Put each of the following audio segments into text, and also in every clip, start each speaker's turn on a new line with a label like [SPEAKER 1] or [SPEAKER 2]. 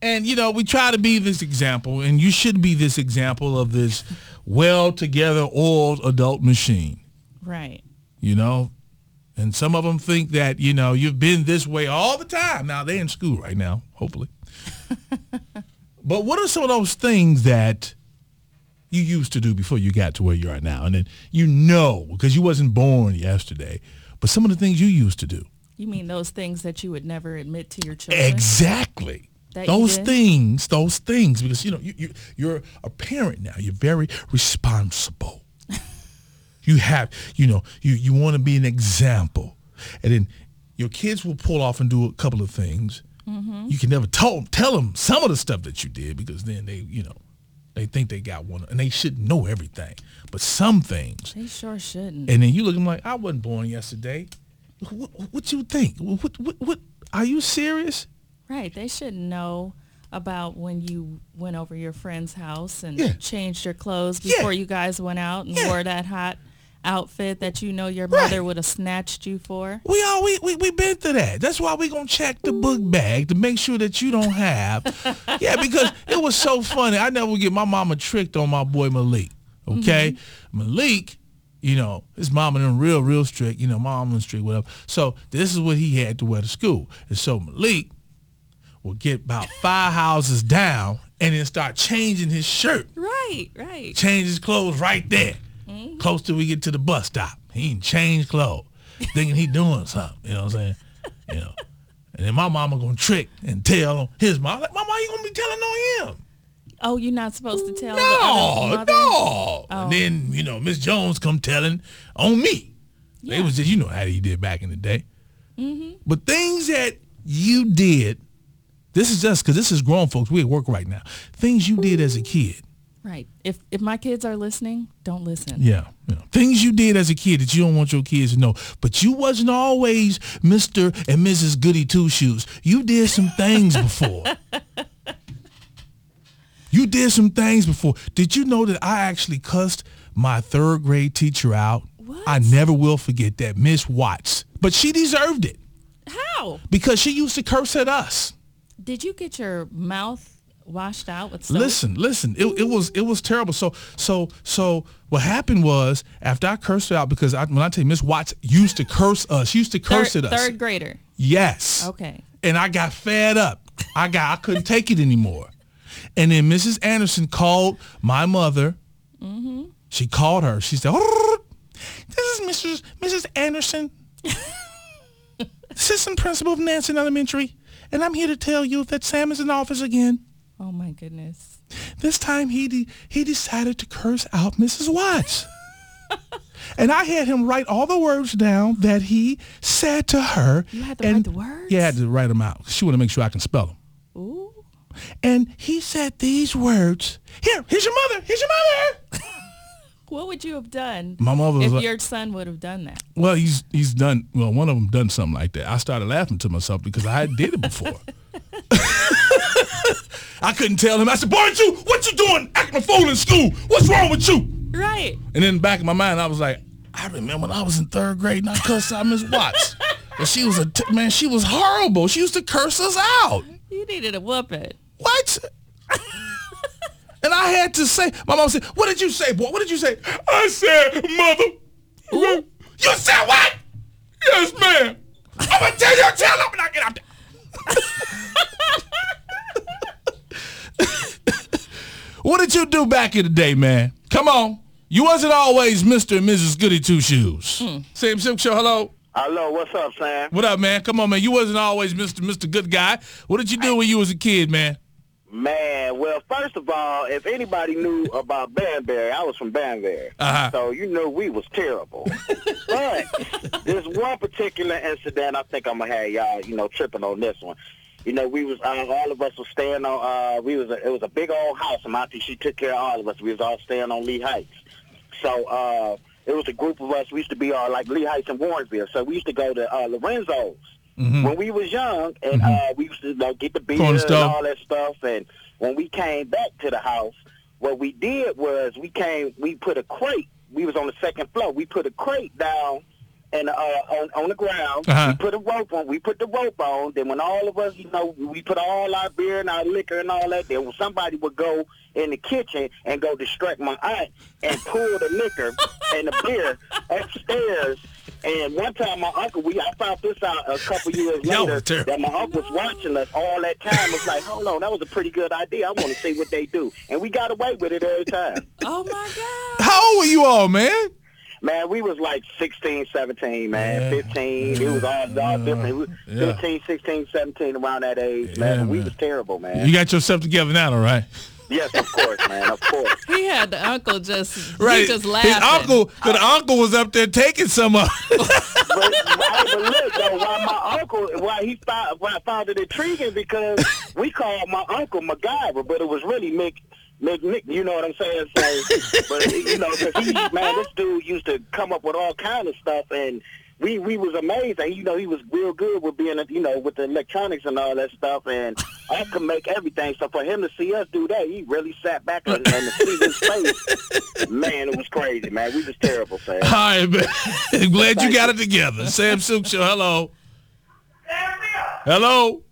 [SPEAKER 1] and you know we try to be this example and you should be this example of this well together oiled adult machine
[SPEAKER 2] Right.
[SPEAKER 1] you know and some of them think that you know you've been this way all the time now they're in school right now hopefully but what are some of those things that you used to do before you got to where you are now and then you know because you wasn't born yesterday but some of the things you used to do
[SPEAKER 2] You mean those things that you would never admit to your children?
[SPEAKER 1] Exactly.
[SPEAKER 2] That you
[SPEAKER 1] those
[SPEAKER 2] did?
[SPEAKER 1] things, those things, because you know you, you you're a parent now. You're very responsible. you have, you know, you you want to be an example, and then your kids will pull off and do a couple of things. You can never tell tell them some of the stuff that you did because then they you know they think they got one and they shouldn't know everything, but some things.
[SPEAKER 2] They sure shouldn't.
[SPEAKER 1] And then you look at them like, I wasn't born yesterday. What, what you think? What, what, what, are you serious?
[SPEAKER 2] right. They should know about when you went over your friend's house and
[SPEAKER 1] Yeah.
[SPEAKER 2] changed your clothes
[SPEAKER 1] Yeah.
[SPEAKER 2] before you guys went out and
[SPEAKER 1] Yeah.
[SPEAKER 2] wore that hot outfit that you know your
[SPEAKER 1] Right.
[SPEAKER 2] mother would have snatched you for.
[SPEAKER 1] We all we we we been through that. That's why we gonna check the book bag to make sure that you don't have. yeah, because it was so funny. I never get my mama tricked on my boy Malik. Okay, Malik, you know his mama done real real strict. You know mama was strict whatever. So this is what he had to wear to school. And so Malik will get about five houses down and then start changing his shirt
[SPEAKER 2] Right, right.
[SPEAKER 1] change his clothes right there,
[SPEAKER 2] Mm-hmm.
[SPEAKER 1] close till we get to the bus stop. He ain't changed clothes, thinking he doing something. You know what I'm saying? You know. And then my mama gonna trick and tell on his mom. Like, mama, you gonna be telling on him?
[SPEAKER 2] Oh, you're not supposed to tell the other
[SPEAKER 1] No,
[SPEAKER 2] mother? Oh.
[SPEAKER 1] no. And then you know, Miss Jones come telling on me. They was just, you know how he did back in the day.
[SPEAKER 2] Mm-hmm.
[SPEAKER 1] But things that you did, this is just because this is grown folks. We at work right now. Things you did as a kid.
[SPEAKER 2] Right. If if my kids are listening, don't listen.
[SPEAKER 1] Yeah, you know, things you did as a kid that you don't want your kids to know. But you wasn't always Mr. and Mrs. Goody Two Shoes. You did some things before. You did some things before. Did you know that I actually cussed my third grade teacher out?
[SPEAKER 2] What?
[SPEAKER 1] I never will forget that, Miss Watts. But she deserved it
[SPEAKER 2] How?
[SPEAKER 1] because she used to curse at us.
[SPEAKER 2] Did you get your mouth washed out with soap?
[SPEAKER 1] Listen, listen. It, it was it was terrible. So so so what happened was after I cursed her out because I, when I tell you Miss Watts used to curse us, she used to
[SPEAKER 2] third,
[SPEAKER 1] curse at us.
[SPEAKER 2] Third grader.
[SPEAKER 1] Yes.
[SPEAKER 2] Okay.
[SPEAKER 1] And I got fed up. I got I couldn't take it anymore. And then Mrs. Anderson called my mother.
[SPEAKER 2] Mm-hmm.
[SPEAKER 1] She called her. She said, "This is Mrs. Mrs. Anderson, assistant principal of Nansen Elementary, and I'm here to tell you that Sam is in office again."
[SPEAKER 2] Oh my goodness.
[SPEAKER 1] This time he de- he decided to curse out Mrs. Watts. and I had him write all the words down that he said to her.
[SPEAKER 2] You had to write
[SPEAKER 1] and-
[SPEAKER 2] the words?
[SPEAKER 1] Yeah, I had to write them out. She wanted to make sure I can spell them.
[SPEAKER 2] Ooh.
[SPEAKER 1] And he said these words. Here, here's your mother. Here's your mother.
[SPEAKER 2] What would you have done
[SPEAKER 1] My mother was
[SPEAKER 2] if
[SPEAKER 1] like,
[SPEAKER 2] your son would have done that?
[SPEAKER 1] well, he's he's done. Well, one of them done something like that. I started laughing to myself because I had did it before. I couldn't tell him. I said, "Boy, you, what you doing? Acting a fool in school? What's wrong with you?"
[SPEAKER 2] Right.
[SPEAKER 1] And in the back of my mind, I was like, I remember when I was in third grade and I cussed out Miss Watts. But she was a, t- man, she was horrible. She used to curse us out.
[SPEAKER 2] You needed a whooping.
[SPEAKER 1] What? and I had to say, my mom said, what did you say, boy? What did you say? I said, mother. You said what? Yes, ma'am. I'm going to tell you, tell her when I get out there. what did you do back in the day, man? Come on. You wasn't always Mr. and Mrs. Goody Two Shoes. Sam Silk Show, hello.
[SPEAKER 3] Hello, what's up, Sam?
[SPEAKER 1] What up, man? Come on, man. You wasn't always Mr. Mr. Good Guy. What did you do when you was a kid, man?
[SPEAKER 3] Man, well, first of all, if anybody knew about Banbury, I was from Banbury,
[SPEAKER 1] Uh-huh.
[SPEAKER 3] so you know we was terrible. but this one particular incident, I think I'm gonna have y'all, you know, tripping on this one. You know, we was uh, all of us was staying on. Uh, we was a, it was a big old house, and my auntie she took care of all of us. We was all staying on Lee Heights. So uh, it was a group of us. We used to be all like Lee Heights and Warrensville. So we used to go to uh, Lorenzo's when we was young, and uh, we used to you know, get the beer
[SPEAKER 1] Mm-hmm. Corner
[SPEAKER 3] and
[SPEAKER 1] store.
[SPEAKER 3] all that stuff. And when we came back to the house, what we did was we came, we put a crate. We was on the second floor. We put a crate down and uh, on, on the ground.
[SPEAKER 1] Uh-huh.
[SPEAKER 3] We put a rope on. We put the rope on. Then when all of us, you know, we put all our beer and our liquor and all that. Then somebody would go in the kitchen and go distract my aunt and pull the liquor and the beer upstairs. And one time, my uncle, we I found this out a couple years
[SPEAKER 1] Y'all
[SPEAKER 3] later
[SPEAKER 1] was terrible.
[SPEAKER 3] that my uncle was watching us all that time. It's like, hold on, that was a pretty good idea. I want to see what they do, and we got away with it every time.
[SPEAKER 2] Oh my God.
[SPEAKER 1] How old were you all, man?
[SPEAKER 3] Man, we was like 16, 17, man,
[SPEAKER 1] Yeah.
[SPEAKER 3] 15. It was all, all different. We,
[SPEAKER 1] Yeah.
[SPEAKER 3] 15, 16, 17, around that age, man.
[SPEAKER 1] Yeah,
[SPEAKER 3] we
[SPEAKER 1] man.
[SPEAKER 3] was terrible, man.
[SPEAKER 1] You got yourself together now, all right?
[SPEAKER 3] yes, of course, man, of course.
[SPEAKER 2] He had the uncle just right.
[SPEAKER 1] Right.
[SPEAKER 2] he just laughing.
[SPEAKER 1] His uncle, cause the uncle was up there taking some of.
[SPEAKER 3] But, I- but look, though, why my uncle, why he found, why I found it intriguing because we called my uncle MacGyver, but it was really Mick. Mick, Nick, you know what I'm saying? So, but you know, 'cause he, man, this dude used to come up with all kind of stuff, and we we was amazed. And you know, he was real good with being, a, you know, with the electronics and all that stuff, and I could make everything. So for him to see us do that, he really sat back and, and to see his face, man, it was crazy, man. We was terrible, fam.
[SPEAKER 1] all right, man. Glad you got it together. Sam Sook Show. Hello. Hello.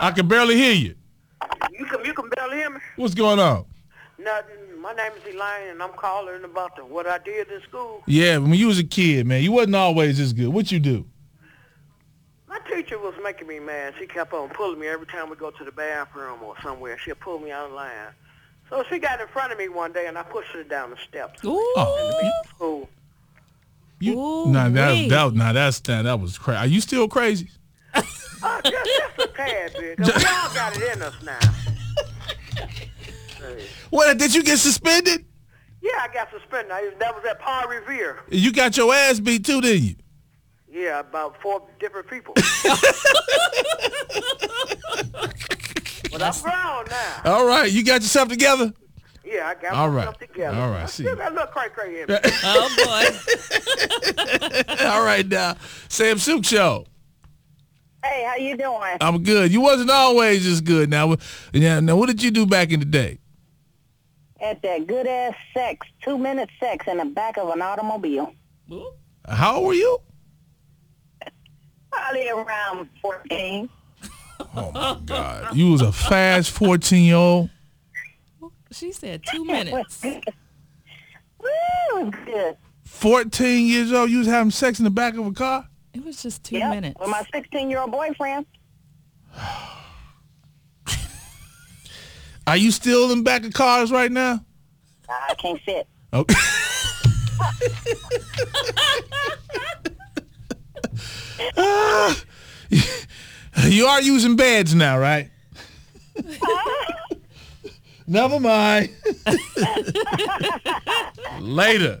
[SPEAKER 1] I can barely hear you.
[SPEAKER 4] You can you can barely hear me.
[SPEAKER 1] What's going on?
[SPEAKER 4] Nothing. My name is Elaine, and I'm calling about the, what I did in school.
[SPEAKER 1] Yeah, when you was a kid, man, you wasn't always this good. What you do?
[SPEAKER 4] My teacher was making me mad. She kept on pulling me every time we go to the bathroom or somewhere. She'd pull me out of line. So she got in front of me one day, and I pushed her down the steps.
[SPEAKER 2] Ooh.
[SPEAKER 1] Oh,
[SPEAKER 4] Cool.
[SPEAKER 1] you, you
[SPEAKER 2] Ooh,
[SPEAKER 1] nah, that,
[SPEAKER 2] wee.
[SPEAKER 1] that, nah, that's that, that was crazy. Are you still crazy?
[SPEAKER 4] Uh, just, just a tad bit. 'cause we all got it in us now.
[SPEAKER 1] What? Did you get suspended?
[SPEAKER 4] Yeah, I got suspended. I, that was at Par Revere.
[SPEAKER 1] You got your ass beat too, didn't you?
[SPEAKER 4] Yeah, about four different people. but I'm grown now.
[SPEAKER 1] All right, you got yourself together.
[SPEAKER 4] Yeah, I got
[SPEAKER 1] All
[SPEAKER 4] myself
[SPEAKER 1] right.
[SPEAKER 4] together.
[SPEAKER 1] All right,
[SPEAKER 4] I
[SPEAKER 1] see.
[SPEAKER 4] still got a little cray cray in me.
[SPEAKER 2] Oh boy.
[SPEAKER 1] All right, now Sam Silk Show.
[SPEAKER 5] Hey, how you doing?
[SPEAKER 1] I'm good. You wasn't always as good. Now, wh- now, now, what did you do back in the day?
[SPEAKER 5] At that good ass sex, two minute sex in the back of an automobile.
[SPEAKER 2] Ooh.
[SPEAKER 1] How old were you?
[SPEAKER 5] Probably around 14.
[SPEAKER 1] Oh my God, you was a fast 14 year old.
[SPEAKER 2] She said two minutes.
[SPEAKER 5] Woo, it was good.
[SPEAKER 1] 14 years old, you was having sex in the back of a car.
[SPEAKER 2] It was just two
[SPEAKER 5] Yep,
[SPEAKER 2] minutes.
[SPEAKER 5] With my 16 year old boyfriend.
[SPEAKER 1] Are you still in back of cars right now?
[SPEAKER 5] I can't sit.
[SPEAKER 1] Okay. Ah, you are using beds now, right? Never mind. Later.